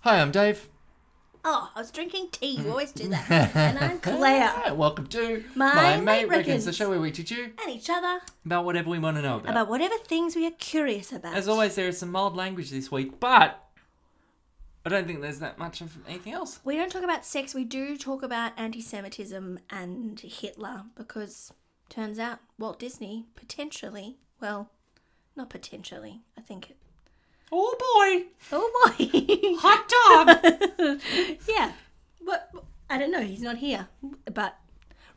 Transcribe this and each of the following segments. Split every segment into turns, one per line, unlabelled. Hi, I'm Dave.
Oh, I was drinking tea. You always do that. and I'm Claire.
Hi, welcome to
My Mate Reckons.
the show where we teach you
And each other
about whatever we want to know about.
about whatever things we are curious about.
As always, there is some mild language this week, but I don't think there's that much of anything else.
We don't talk about sex, we do talk about anti Semitism and Hitler because turns out Walt Disney potentially, well, not potentially, I think it.
Oh boy,
Oh boy!
hot dog!
yeah. But, I don't know, he's not here. But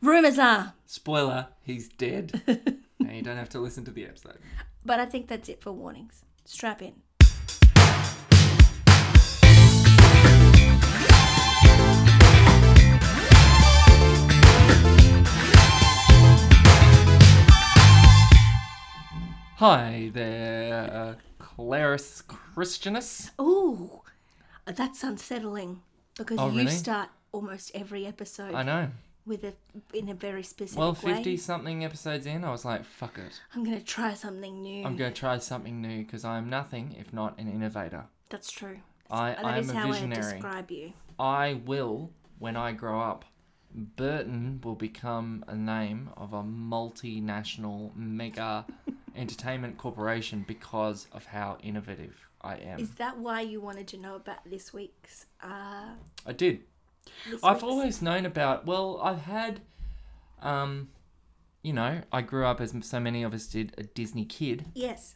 rumours are.
Spoiler: He's dead. and you don't have to listen to the episode.
But I think that's it for warnings. Strap in.
Hi there, uh, Claris Christianus.
Ooh, that's unsettling because
Oh,
you
really?
start almost every episode
I know.
with a in a very specific
Well,
way.
fifty-something episodes in, I was like, "Fuck it."
I'm gonna try something new.
I'm going to try something new because I am nothing if not an innovator.
That's true.
I,
That
I am
is
a
how I
visionary.
describe you.
I will, when I grow up, Burton will become a name of a multinational mega entertainment corporation because of how innovative I am.
Is that why you wanted to know about this week's? Uh,
I did.
this
I've
week's-
always known about. Well, I've had, um, you know, I grew up as so many of us did, a Disney kid.
yes.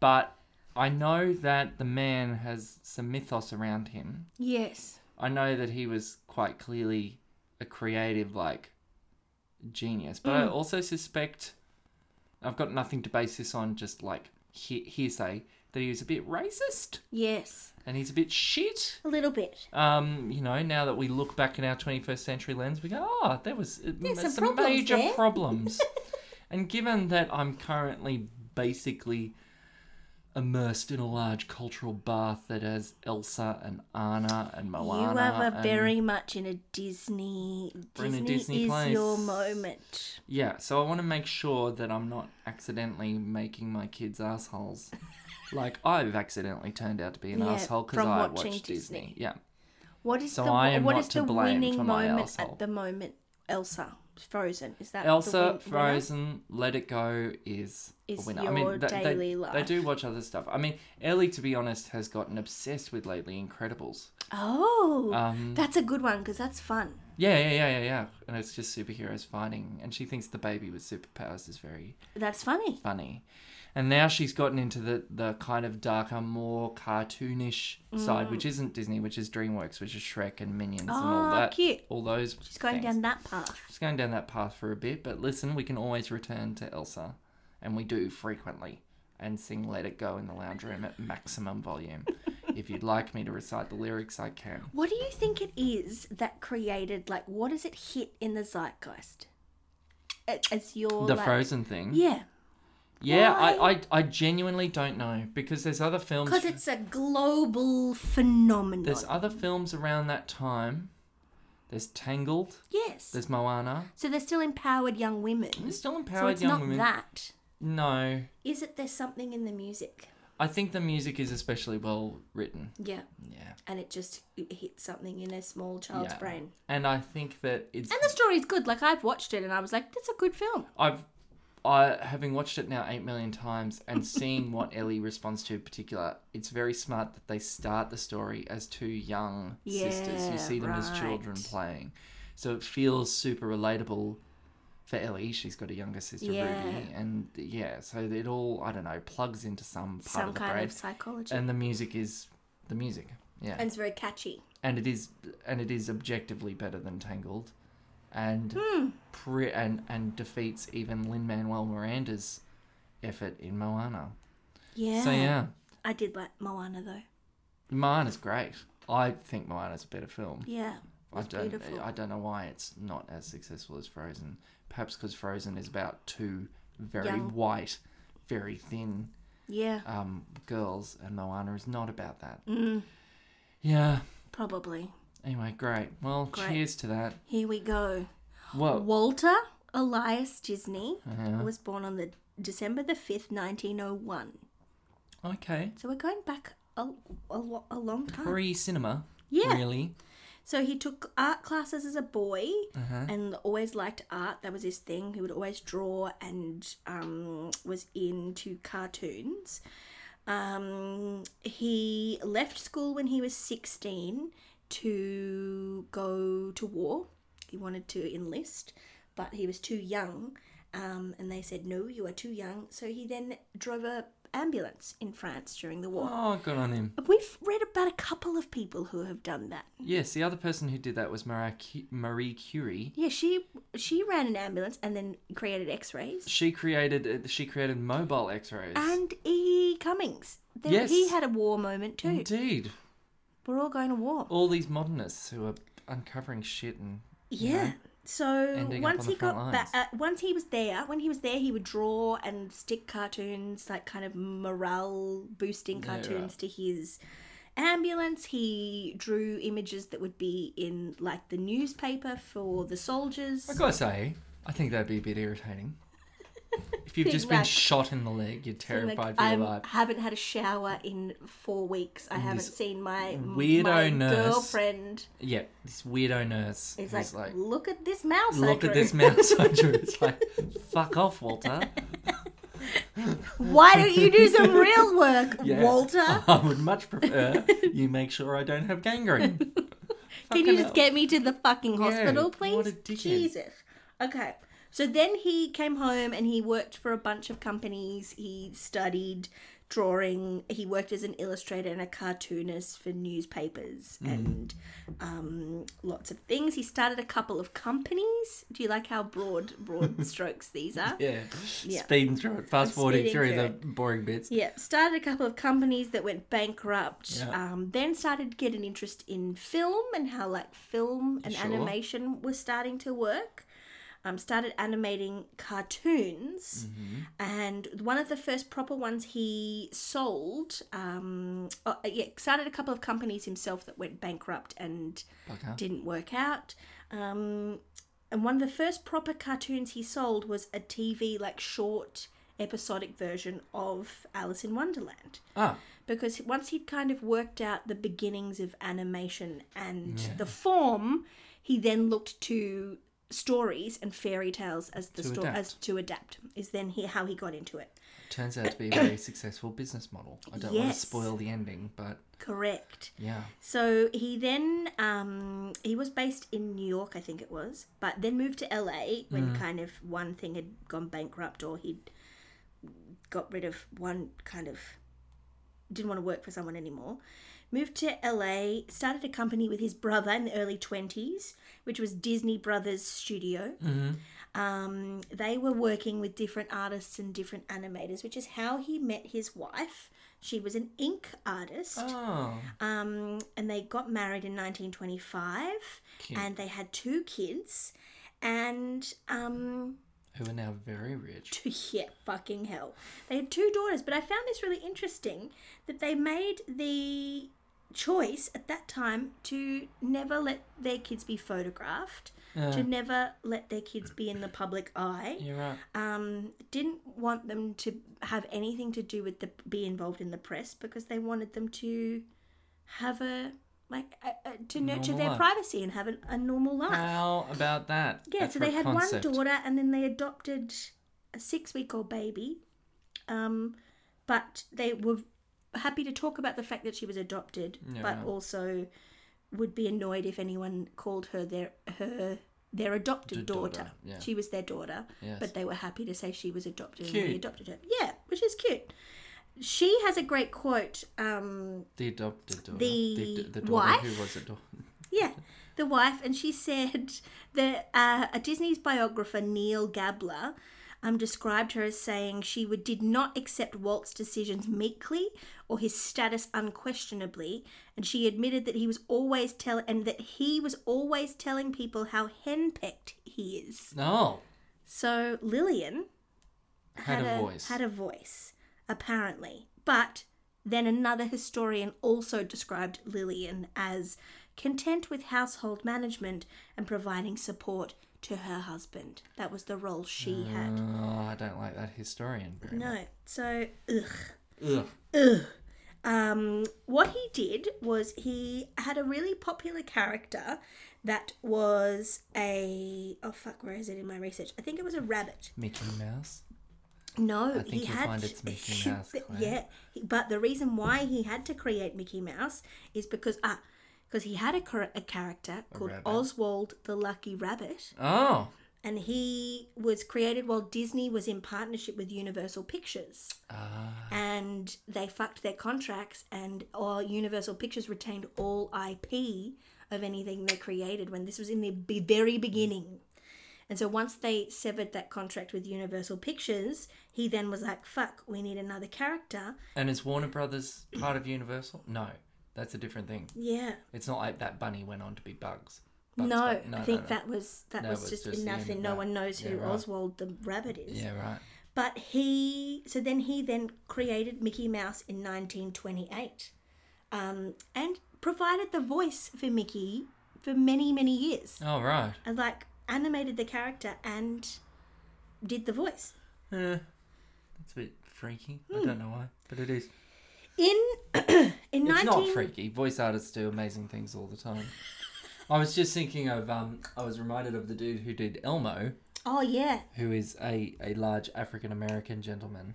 But I know that the man has some mythos around him.
Yes.
I know that he was quite clearly a creative, like, genius. But
Mm.
I also suspect, I've got nothing to base this on, just like he- hearsay, that he was a bit racist
Yes.
and he's a bit shit.
A little bit.
Um, you know, now that we look back in our 21st century lens, we go, oh, there was uh, m-
some
some,
problems
major
there."
problems. and given that I'm currently basically immersed in a large cultural bath that has Elsa and Anna and Moana.
you are
and-
very much in a Disney.
We're in a
Disney,
Disney
is your
place.
moment.
Yeah, so I want to make sure that I'm not accidentally making my kids assholes. like I've accidentally turned out to be an
Yeah,
asshole because
from
I
watching
watched Disney.
Disney.
Yeah.
What is
So
the
I am
what
not
is
to
the
blame
winning
for my
moment
asshole.
at the moment? Elsa, Frozen. Is that the
Elsa,
win- winner?
Frozen, Let It Go is a
Is
winner.
your
th- they,
daily
They
life.
do watch other stuff. I mean, Ellie, to be honest, has gotten obsessed with lately Incredibles.
Oh,
Um,
that's a good one because that's fun.
yeah, yeah, yeah, yeah, yeah. And it's just superheroes fighting, and she thinks the baby with superpowers is very
That's funny.
funny. And now she's gotten into the, the kind of darker, more cartoonish side,
Mm.
which isn't Disney, which is DreamWorks, which is Shrek and Minions and all
Ah,
that.
cute.
All those.
She's going
things.
down that path.
She's going down that path for a bit, but listen, we can always return to Elsa, and we do frequently, and sing Let It Go in the lounge room at maximum volume. if you'd like me to recite the lyrics, I can.
What do you think it is that created? Like, what does it hit in the zeitgeist? It, it's your
the
like,
Frozen thing. Yeah,
Yeah,
I, I, I genuinely don't know, because there's other films.
because it's a global phenomenon.
There's other films around that time. There's Tangled.
yes.
There's Moana.
so they're still empowered young women.
There's still
Hmm? so
empowered
it's
young
not
women.
that.
No,
Is it? There's something in the music.
I think the music is especially well written.
Yeah.
Yeah.
and it just hits something in a small child's
Yeah.
Oh, brain.
And I think that it's.
And the story's good. Like I've watched it, and I was like, "That's a good film."
I've I having watched it now eight million times and seeing what Ellie responds to in particular, it's very smart that they start the story as two young sisters.
Yeah,
You see them as children
right.
playing. So it feels super relatable for Ellie. She's got a younger sister,
Yeah.
Ruby. And yeah, so it all I don't know, plugs into some part
Some
of the
kind
brain.
of psychology, and,
and the music is the music. Yeah.
it's very catchy.
and it is and it is objectively better than Tangled, and pre- and and defeats even Lin Manuel Miranda's effort in Moana.
Yeah.
So yeah,
I did like Moana though.
Moana's great. I think Moana's a better film.
Yeah,
I
it's
don't
beautiful.
I don't know why it's not as successful as Frozen. Perhaps because Frozen is about two very
Young.
white, very thin
yeah,
um, girls, and Moana is not about that.
Mm.
Yeah.
probably.
Anyway, great. Well,
Great.
cheers to that.
Here we go.
Well,
Walter Elias Disney
Uh-huh.
was born on the December the fifth, nineteen oh one.
okay.
So we're going back a, a, lo- a long time.
Pre cinema,
yeah.
really.
So he took art classes as a boy
Uh-huh.
and always liked art. That was his thing. He would always draw and um, was into cartoons. Um, he left school when he was 16 to go to war. He wanted to enlist, but he was too young. Um, and they said, no, you are too young. So he then drove a ambulance in France during the war.
Oh, good on him.
We've read about a couple of people who have done that.
Yes, the other person who did that was Marie, Cu- Marie Curie.
Yeah, she she ran an ambulance and then created X-rays.
She created uh, she created mobile X-rays.
And E. Cummings, there,
Yes.
he had a war moment too.
Indeed,
We're all going to war.
all these modernists who are uncovering shit and
yeah. So
Ending up
once
on the
he got
front
back,
lines.
uh, once he was there, when he was there, he would draw and stick cartoons, like kind of morale boosting
Yeah, right.
cartoons to his ambulance. He drew images that would be in like the newspaper for the soldiers.
I gotta say, I think that'd be a bit irritating. if you've
Being
just been
like-
shot in the leg, you're
Being
terrified
like,
for your
I'm-
life.
haven't had a shower in four weeks. I haven't
this
seen my
weirdo
my
nurse
girlfriend.
Yeah, this weirdo nurse is
It's like,
like, like
look at this mouse. I
look
drew.
at this mouse I drew. It's like, fuck off, Walter.
Why don't you do some real work,
Yeah.
Walter?
I would much prefer you make sure I don't have gangrene.
Can you just get me to the fucking hospital, please?
what a dickhead.
Jesus. Okay. So then he came home and he worked for a bunch of companies. He studied drawing. He worked as an illustrator and a cartoonist for newspapers
Hmm.
and um, lots of things. He started a couple of companies. Do you like how broad, broad strokes these are?
Yeah.
Yeah.
Speeding through it, fast forwarding
speeding
through
through
the boring bits.
Yeah, started a couple of companies that went bankrupt.
Yeah.
Um, then started to get an interest in film and how like film and
Sure.
animation was starting to work. Um, started animating cartoons, and one of the first proper ones he sold. Um, oh, yeah, started a couple of companies himself that went bankrupt and
Bugger.
didn't work out. Um, and one of the first proper cartoons he sold was a TV, like short episodic version of Alice in Wonderland.
Ah,
Because once he'd kind of worked out the beginnings of animation and the form, he then looked to stories and fairy tales as the
To
sto-
adapt.
as to adapt is then he, how he got into it.
turns out to be a very successful business model. I don't want to
Yes.
spoil the ending, but
Correct.
yeah.
So he then um, he was based in New York, I think it was, but then moved to LA when kind of one thing had gone bankrupt or he'd got rid of one kind of didn't want to work for someone anymore. Moved to LA, started a company with his brother in the early twenties, which was Disney Brothers Studio. Um, they were working with different artists and different animators, which is how he met his wife. She was an ink artist.
Oh,
Um, and they got married in 1925
Cute.
and they had two kids. And, um,
who are now very rich.
yeah, fucking hell. They had two daughters, but I found this really interesting that they made the choice at that time to never let their kids be photographed, to
Yeah,
never let their kids be in the public eye
you're right.
um, didn't want them to have anything to do with the be involved in the press because they wanted them to have a like a, a, to nurture
Normal
their
life.
privacy and have an, a normal life.
How about that?
yeah,
That's
so they
for a
had
concept.
one daughter and then they adopted a six-week-old baby, um, but they were happy to talk about the fact that she was adopted,
Yeah,
but
right.
also would be annoyed if anyone called her their her their adopted
The
daughter.
daughter, yeah.
She was their daughter
Yes.
but they were happy to say she was adopted and we
Cute.
adopted her. Yeah, which is cute. She has a great quote. Um,
the adopted daughter.
the
the daughter
wife.
who was adopted.
yeah, the wife, and she said that uh, a Disney's biographer, Neil Gabler, um, described her as saying she would, did not accept Walt's decisions meekly or his status unquestionably, and she admitted that he was always tell and that he was always telling people how henpecked he is.
No.
So Lillian
Had a voice.
Had a voice, apparently. But then another historian also described Lillian as content with household management and providing support to her husband. That was the role she
Ah.
had.
Oh, I don't like that historian very
No, so ugh,
much. Ugh.
ugh. Um, what he did was he had a really popular character that was a oh fuck where is it in my research? I think it was a rabbit.
Mickey Mouse.
No,
think
he
you'll
had.
find it's Mickey Mouse,
but-
Claire.
yeah, he- but the reason why he had to create Mickey Mouse is because ah, because he had a, char- a character called
rabbit.
Oswald the Lucky Rabbit,
Oh,
and he was created while Disney was in partnership with Universal Pictures,
ah,
and they fucked their contracts, and or Universal Pictures retained all IP of anything they created when this was in the be- very beginning. And so once they severed that contract with Universal Pictures, he then was like, fuck, we need another character.
and is Warner Brothers part of Universal? No, that's a different thing.
Yeah.
It's not like that bunny went on to be Bugs. Bugs
no,
Bun-
I think
no.
that was that
No, it
was
was
just,
just the end
nothing.
of
No
that.
one knows who
Yeah, right.
Oswald the rabbit is.
Yeah, right.
But he so then he then created Mickey Mouse in 1928, um, and provided the voice for Mickey for many many years.
Oh, right.
And like animated the character and did the voice.
Eh, that's a bit freaky.
Hmm.
I don't know why, but it is.
In in
It's not
nineteen
freaky. Voice artists do amazing things all the time. I was just thinking of. Um, I was reminded of the dude who did Elmo,
oh yeah
who is a, a large African American gentleman,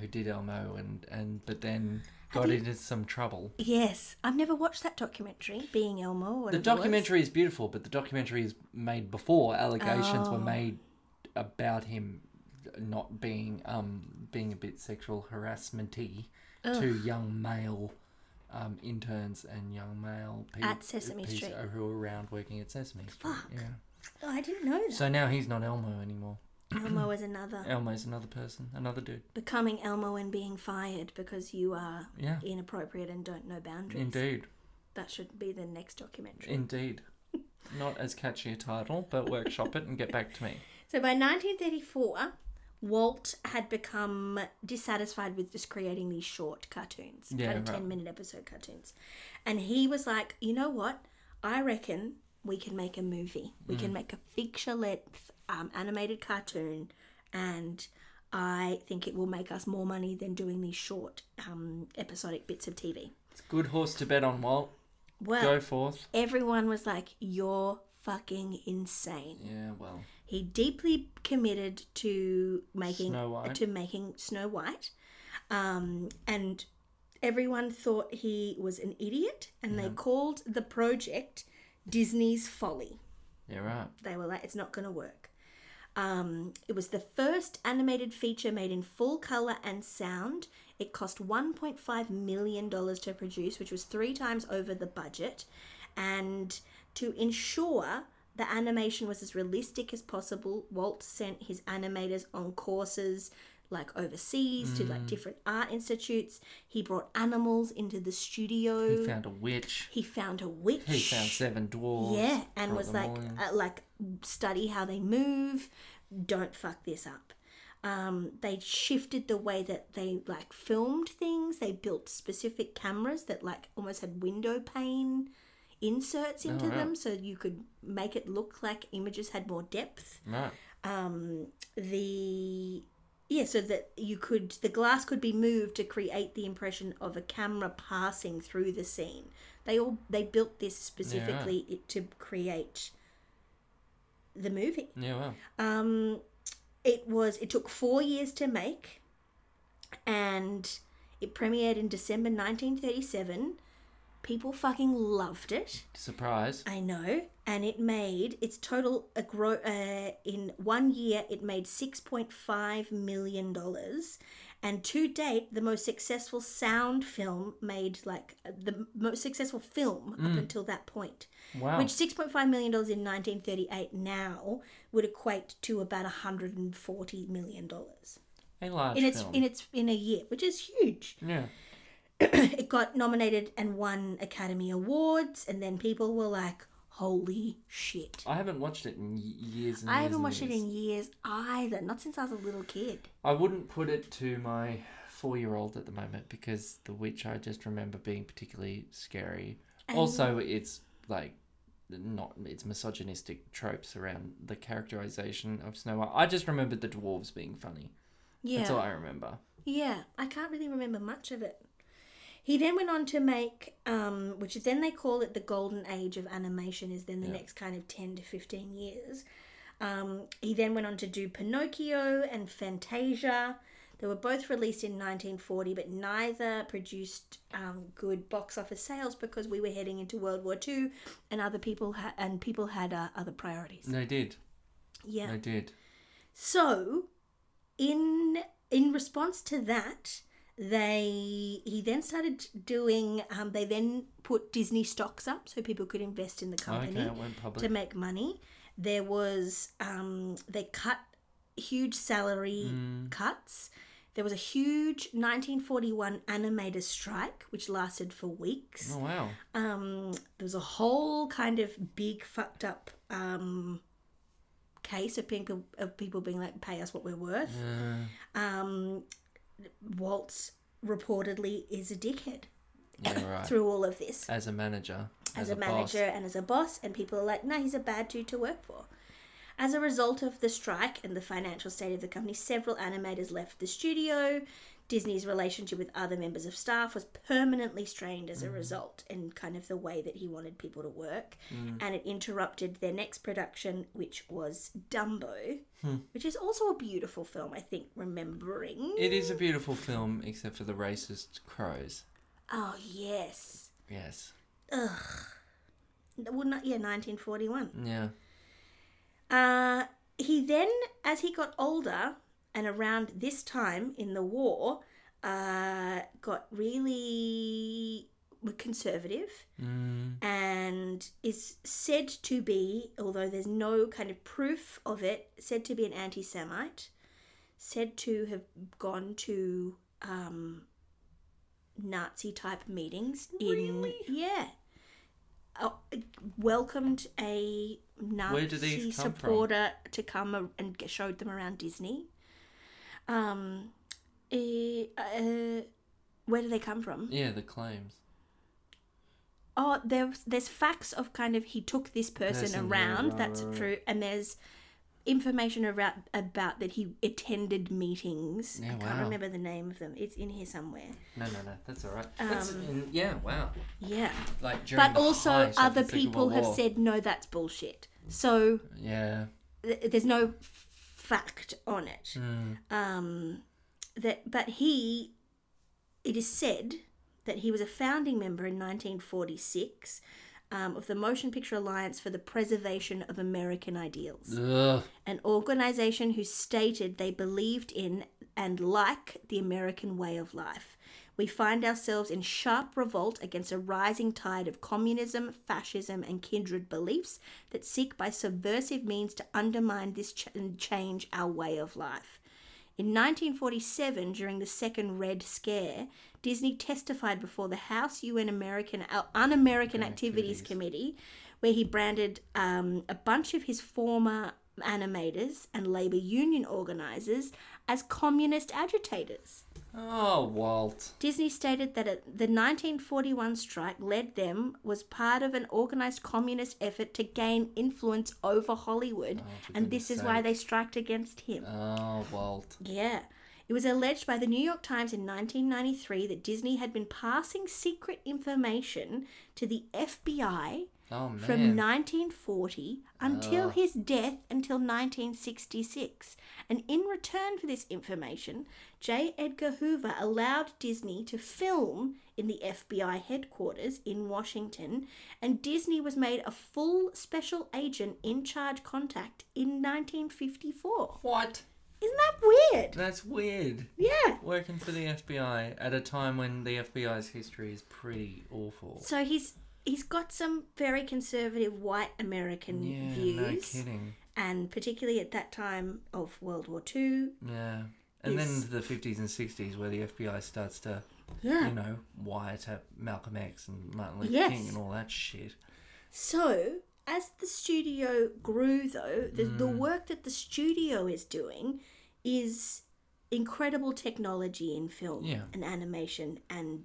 who did Elmo and and but then got into some trouble.
yes I've never watched that documentary Being Elmo or
The
whatever it was.
documentary is beautiful, but the documentary is made before allegations
Oh.
were made about him not being um being a bit sexual harassmenty to young male um, interns and young male people
At Sesame Street.
who were around working at Sesame Street.
Fuck.
Yeah.
Oh, I didn't know that
So now he's not Elmo anymore.
Elmo is another
Elmo's another person, another dude.
becoming Elmo and being fired because you are
Yeah.
inappropriate and don't know boundaries.
Indeed.
That should be the next documentary.
Indeed. Not as catchy a title, but workshop it and get back to me.
So by 1934, Walt had become dissatisfied with just creating these short cartoons,
Yeah,
kind of
right.
10 minute episode cartoons. And he was like, you know what? I reckon we can make a movie. We
Mm.
can make a feature length um, animated cartoon. And I think it will make us more money than doing these short um, episodic bits of TV.
It's a good horse to bet on, Walt.
Well,
Go forth.
everyone was like, you're fucking insane.
Yeah, well.
He deeply committed to making
Snow White.
to making Snow White, um, and everyone thought he was an idiot, and they called the project Disney's folly.
Yeah, right.
They were like, "It's not going to work." Um, it was the first animated feature made in full color and sound. It cost 1.5 million dollars to produce, which was three times over the budget, and to ensure the animation was as realistic as possible, Walt sent his animators on courses like overseas to like different art institutes. He brought animals into the studio.
He
He found,
found a witch.
a witch.
He found seven dwarves.
Yeah, and
brought
was
them
like,
all in.
uh, like study how they move. Don't fuck this up. Um, they shifted the way that they like filmed things. They built specific cameras that like almost had window pane inserts into
wow.
them, so you could make it look like images had more depth.
Right.
Um, the yeah, so that you could the glass could be moved to create the impression of a camera passing through the scene. They all they built this specifically it to create the movie.
Yeah, well.
Um, it was it took four years to make, and it premiered in December 1937. People fucking loved it.
Surprise.
I know, and it made its total a gro- uh, in one year. It made six point five million dollars, and to date, the most successful sound film made like uh, the most successful film up until that point.
Mm. Wow.
Which six point five million dollars in nineteen thirty eight now would equate to about hundred and forty million dollars
a large
in its
film.
in its in a year, which is huge
yeah.
it got nominated and won Academy Awards, and then people were like, "Holy shit!"
I haven't watched it in y- years and
I
years
haven't
and
watched it
years.
in years either. Not since I was a little kid.
I wouldn't put it to my four year old at the moment because The Witch I just remember being particularly scary. also, it's like not it's misogynistic tropes around the characterization of Snow White. I just remember the dwarves being funny.
Yeah,
That's all I remember.
yeah. I can't really remember much of it. He then went on to make, um, which is then they call it the golden age of animation, is then the
Yeah.
next kind of 10 to 15 years. Um, he then went on to do Pinocchio and Fantasia. They were both released in 1940, but neither produced um, good box office sales because we were heading into World War II, and other people ha- and people had uh, other priorities.
They did.
Yeah.
They did.
So, in in response to that, they he then started doing. Um, they then put Disney stocks up so people could invest in the company
Okay, it went
to
public.
make money. There was um, they cut huge salary cuts. There was a huge 1941 animator strike, which lasted for weeks
Oh wow.
um, there was a whole kind of big fucked up um, case of people of people being like, "Pay us what we're worth."
Uh,
Um, Walt reportedly is a dickhead
yeah, right.
through all of this
As a manager,
as, a, manager and as a boss, and people are like, "No, he's a bad dude to work for." As a result of the strike and the financial state of the company, several animators left the studio. Disney's relationship with other members of staff was permanently strained as a result, in kind of the way that he wanted people to work, and it interrupted their next production, which was Dumbo, which is also a beautiful film. I think remembering.
It is a beautiful film, except for the racist crows.
oh yes.
Yes.
Well, not yeah, nineteen forty-one.
Yeah.
Uh, he then, as he got older and around this time in the war, uh, got really conservative
Mm,
and is said to be, although there's no kind of proof of it, said to be an anti Semite, said to have gone to um, Nazi type meetings. In,
Really?
Yeah. Uh, welcomed a
Where do these
Nazi
come from?
supporter to come a- and g- showed them around Disney. Um, eh, uh, where do they come from?
yeah. The claims.
oh there's there's facts of kind of he took this person
Person, yeah,
around
right,
that's
right, right.
true and there's information about about that he attended meetings
Yeah,
i can't
wow.
remember the name of them it's in here somewhere
No, no, no. That's all right. That's in, yeah. Wow.
yeah
Like during
Um, but
the
also
height of
other
the Second
people
World
have
War.
said no that's bullshit so
Yeah.
th- there's no f- fact on it um that but he it is said that he was a founding member in 1946 um, of the Motion Picture Alliance for the Preservation of American Ideals,
Ugh.
an organization who stated they believed in and like the American way of life. We find ourselves in sharp revolt against a rising tide of communism, fascism, and kindred beliefs that seek by subversive means to undermine this ch- and change our way of life. In 1947, during the second Red Scare, Disney testified before the House UN American Un American Activities,
Activities.
Committee, where he branded um, a bunch of his former animators and labor union organizers as communist agitators.
Oh, Walt.
Disney stated that it- the 1941 strike led them was part of an organized communist effort to gain influence over Hollywood,
Oh, for
and this is
goodness
why they striked against him.
Oh, Walt.
Yeah. It was alleged by the New York Times in 1993 that Disney had been passing secret information to the FBI
Oh man.
from 1940 until his death until 1966. And in return for this information, J. Edgar Hoover allowed Disney to film in the FBI headquarters in Washington, and Disney was made a full special agent in charge contact in 1954.
what?
Isn't that weird?
That's weird.
Yeah.
Working for the FBI at a time when the FBI's history is pretty awful.
So he's he's got some very conservative white American
Yeah, no
Mm, views,
kidding.
and particularly at that time of World War Two.
Yeah. And then
Yes.
into the 50s and 60s, where the FBI starts to,
Yeah.
you know, wiretap Malcolm X and Martin Luther
Yes.
King and all that shit.
So as the studio grew, though, the, the
Mm.
work that the studio is doing is incredible technology in film
Yeah.
and animation and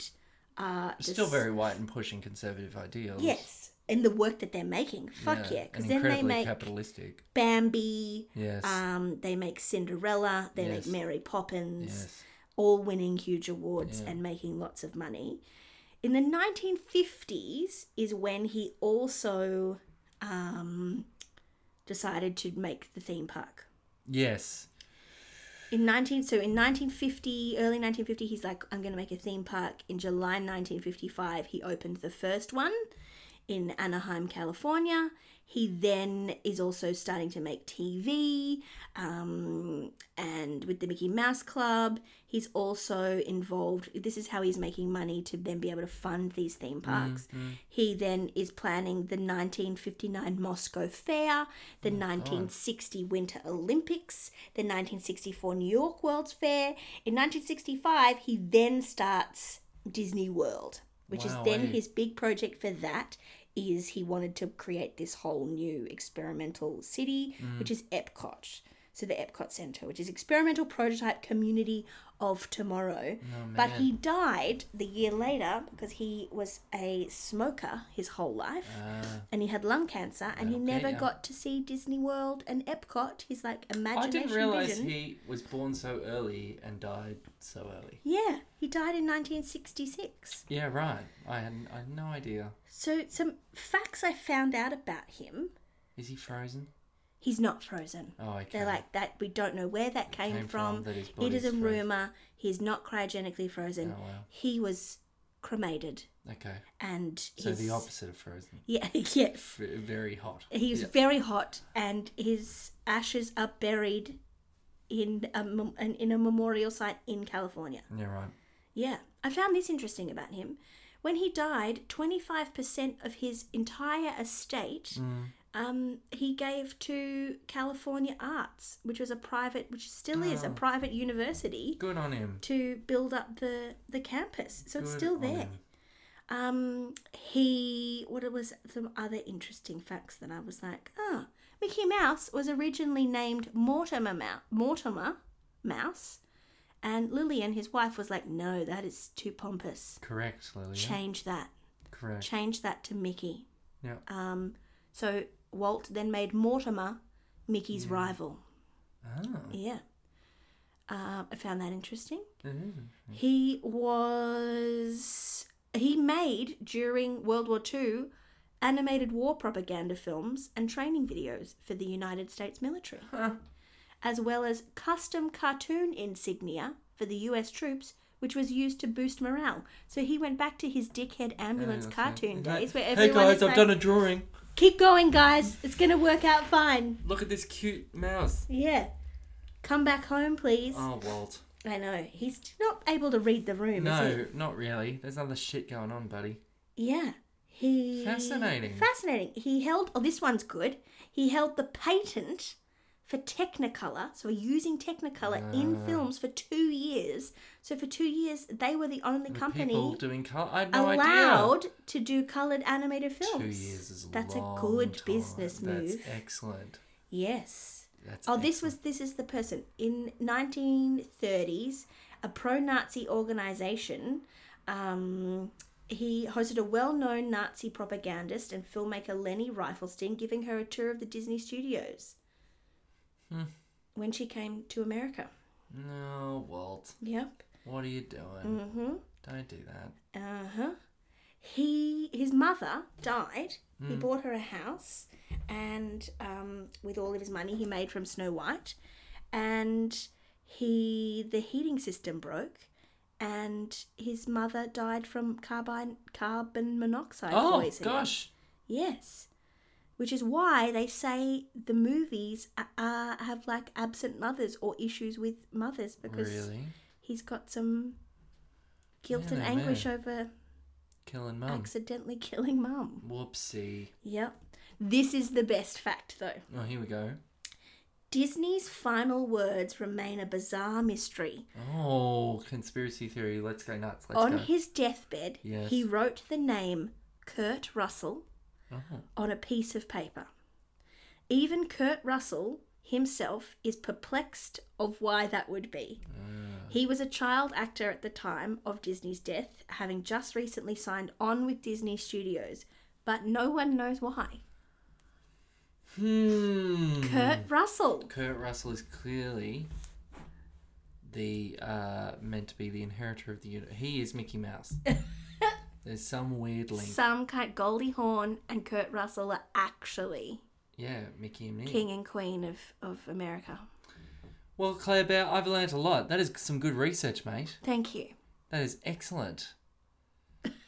uh,
It's
the
Still
s-
very white and pushing conservative ideals.
yes. And the work that they're making, fuck yeah, because
and
then they
incredibly
make
capitalistic.
Bambi,
Yes.
Um, they make Cinderella, they
Yes.
make Mary Poppins,
yes.
all winning huge awards
Yeah.
and making lots of money. in the 1950s is when he also um, decided to make the theme park.
Yes.
In 19 so in 1950, early 1950, he's like, I'm going to make a theme park. In July 1955, he opened the first one in Anaheim, California. He then is also starting to make TV um, and with the Mickey Mouse Club. He's also involved, this is how he's making money to then be able to fund these theme parks. He then is planning the 1959 Moscow Fair, the 1960 Winter Olympics, the 1964 New York World's Fair. In 1965, he then starts Disney World which
Wow,
is then
eh?
his big project for that is he wanted to create this whole new experimental city
Mm.
which is epcot so the epcot center which is experimental prototype community of tomorrow
Oh,
but he died the year later because he was a smoker his whole life
Ah.
and he had lung cancer and he
Okay,
never
yeah.
got to see disney world and epcot his like
I
imagination
didn't realize
vision
he was born so early and died so early.
yeah he died in 1966
Yeah, right. I had, I had no idea.
So, some facts I found out about him.
Is he frozen?
He's not frozen.
Oh, okay.
They're like that. We don't know where that came,
came from,
from.
that his
It
body's
is a
frozen.
rumor. He's not cryogenically frozen.
Oh, wow.
He was cremated,
Okay.
and
So
his,
the opposite of frozen.
Yeah, yes.
V- Very hot.
He was
Yeah.
very hot, and his ashes are buried in a mem- an- in a memorial site in California.
yeah, right.
Yeah, I found this interesting about him. When he died, 25% of his entire estate
Mm.
um, he gave to California Arts, which was a private, which still is a
Oh.
private university,
Good on him.
to build up the, the campus. So it's
Good
still
on
there.
him.
Um, he, what it was some other interesting facts that I was like, ah, Mickey Mouse was originally named Mortimer Mouse, Mortimer Mouse, and Lillian, his wife, was like, no, that is too pompous.
Correct, Lily.
Change that.
Correct.
Change that to Mickey.
yeah.
Um, so Walt then made Mortimer Mickey's rival.
Oh,
Yeah. Uh, I found that interesting.
it is.
He was he made during World War II animated war propaganda films and training videos for the United States military,
Huh.
as well as custom cartoon insignia for the US troops. Which was used to boost morale. So he went back to his dickhead ambulance
Yeah, that's it.
cartoon
He's like,
days, where
Hey
everyone
guys,
is
I've
like,
done a drawing.
"Keep going, guys. It's gonna work out fine."
Look at this cute mouse.
Yeah, come back home, please.
Oh, Walt.
I know he's not able to read the room. is he?
No, not really. There's other shit going on, buddy.
Yeah. He
Fascinating.
Fascinating. He held oh this one's good. He held the patent for Technicolor, so we're using Technicolor
Ah.
in films for two years. So for two years they were the only
The people
company
doing color. I had no idea.
allowed to do coloured animated films.
Two years is a
That's
long
a good
time.
business move.
That's e- excellent.
Yes.
That's
Oh, this was this is the person in 1930s, a pro-Nazi organization. Um, he hosted a well-known Nazi propagandist and filmmaker Lenny Riefenstein, giving her a tour of the Disney studios when she came to America.
excellent. No, Walt.
Yep.
What are you doing?
Mm-hmm.
Don't do that.
Uh huh. He his mother died.
Hmm.
He bought her a house, and um, with all of his money he made from Snow White, and he the heating system broke, and his mother died from carbon carbon monoxide
Oh
poisoning.
gosh.
Yes. Which is why they say the movies are, are, have like absent mothers or issues with mothers because
Really?
he's got some guilt
Man,
and
oh,
anguish
man.
over
Killing mum.
accidentally killing mum.
Whoopsie.
Yep. This is the best fact, though.
Oh, here we go.
Disney's final words remain a bizarre mystery.
Oh, conspiracy theory. Let's go nuts. Let's
on
go.
his deathbed,
Yes.
he wrote the name Kurt Russell
Oh.
on a piece of paper. Even Kurt Russell himself is perplexed of why that would be.
Ah.
He was a child actor at the time of Disney's death, having just recently signed on with Disney Studios, but no one knows why.
Hmm.
Kurt Russell.
Kurt Russell is clearly the uh, meant to be the inheritor of the unit. He is Mickey Mouse. There's some weird link.
Some kind Goldie Hawn and Kurt Russell are actually
Yeah, Mickey and Minnie.
king and queen of, of America.
Well, Claire Bear, I've learnt a lot. That is some good research, mate.
Thank you.
That is excellent.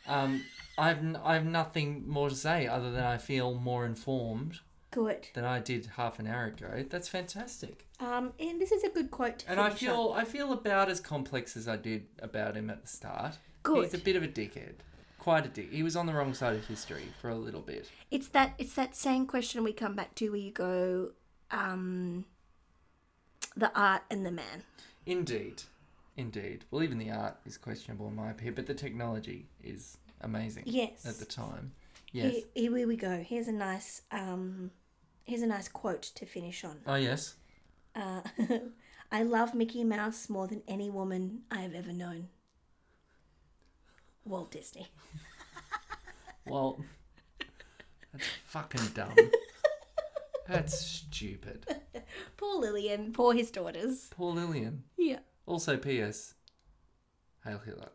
Um, I've n- I've nothing more to say other than I feel more informed
Good.
than I did half an hour ago. That's fantastic.
Um, and this is a good quote. To
And I
finish on.
feel I feel about as complex as I did about him at the start. He's
Good.
a bit of a dickhead. Quite a dick. He was on the wrong side of history for a little bit.
It's that it's that same question we come back to where you go, um, the art and the man.
Indeed. Indeed. Well, even the art is questionable in my opinion, but the technology is amazing.
Yes.
At the time. Yes.
Here, here we go. Here's a nice um, here's a nice quote to finish on.
Oh, yes.
Uh, I love Mickey Mouse more than any woman I have ever known. Walt Disney.
Well, that's fucking dumb. that's stupid.
Poor Lillian. Poor his daughters.
Poor Lillian.
Yeah.
Also, P.S. Hail Hitler.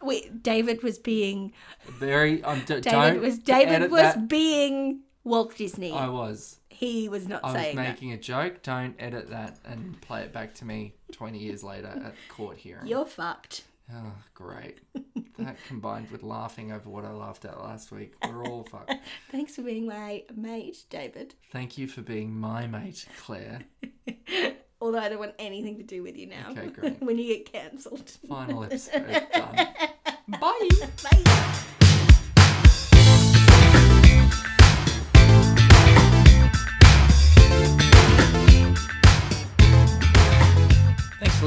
Wait, David was being
Very. Um, d-
David
don't
was David
edit
was
that. Oh,
being Walt Disney.
I was.
he was not
I was
saying
making a joke. Don't edit that and play it back to me 20 years later at the court hearing.
that. You're fucked.
Oh, great. That combined with laughing over what I laughed at last week, we're all fucked.
Thanks for being my mate, David.
Thank you for being my mate, Claire.
Although I don't want anything to do with you now.
Okay, great.
when you get cancelled.
Final episode done. Bye.
Bye.
Thanks for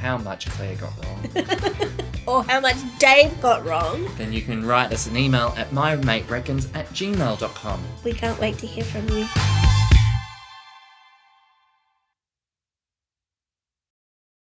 how much Claire got wrong,
Or how much Dave got wrong.
then you can write us an email at mymatereckons at gmail.com.
We can't wait to hear from you.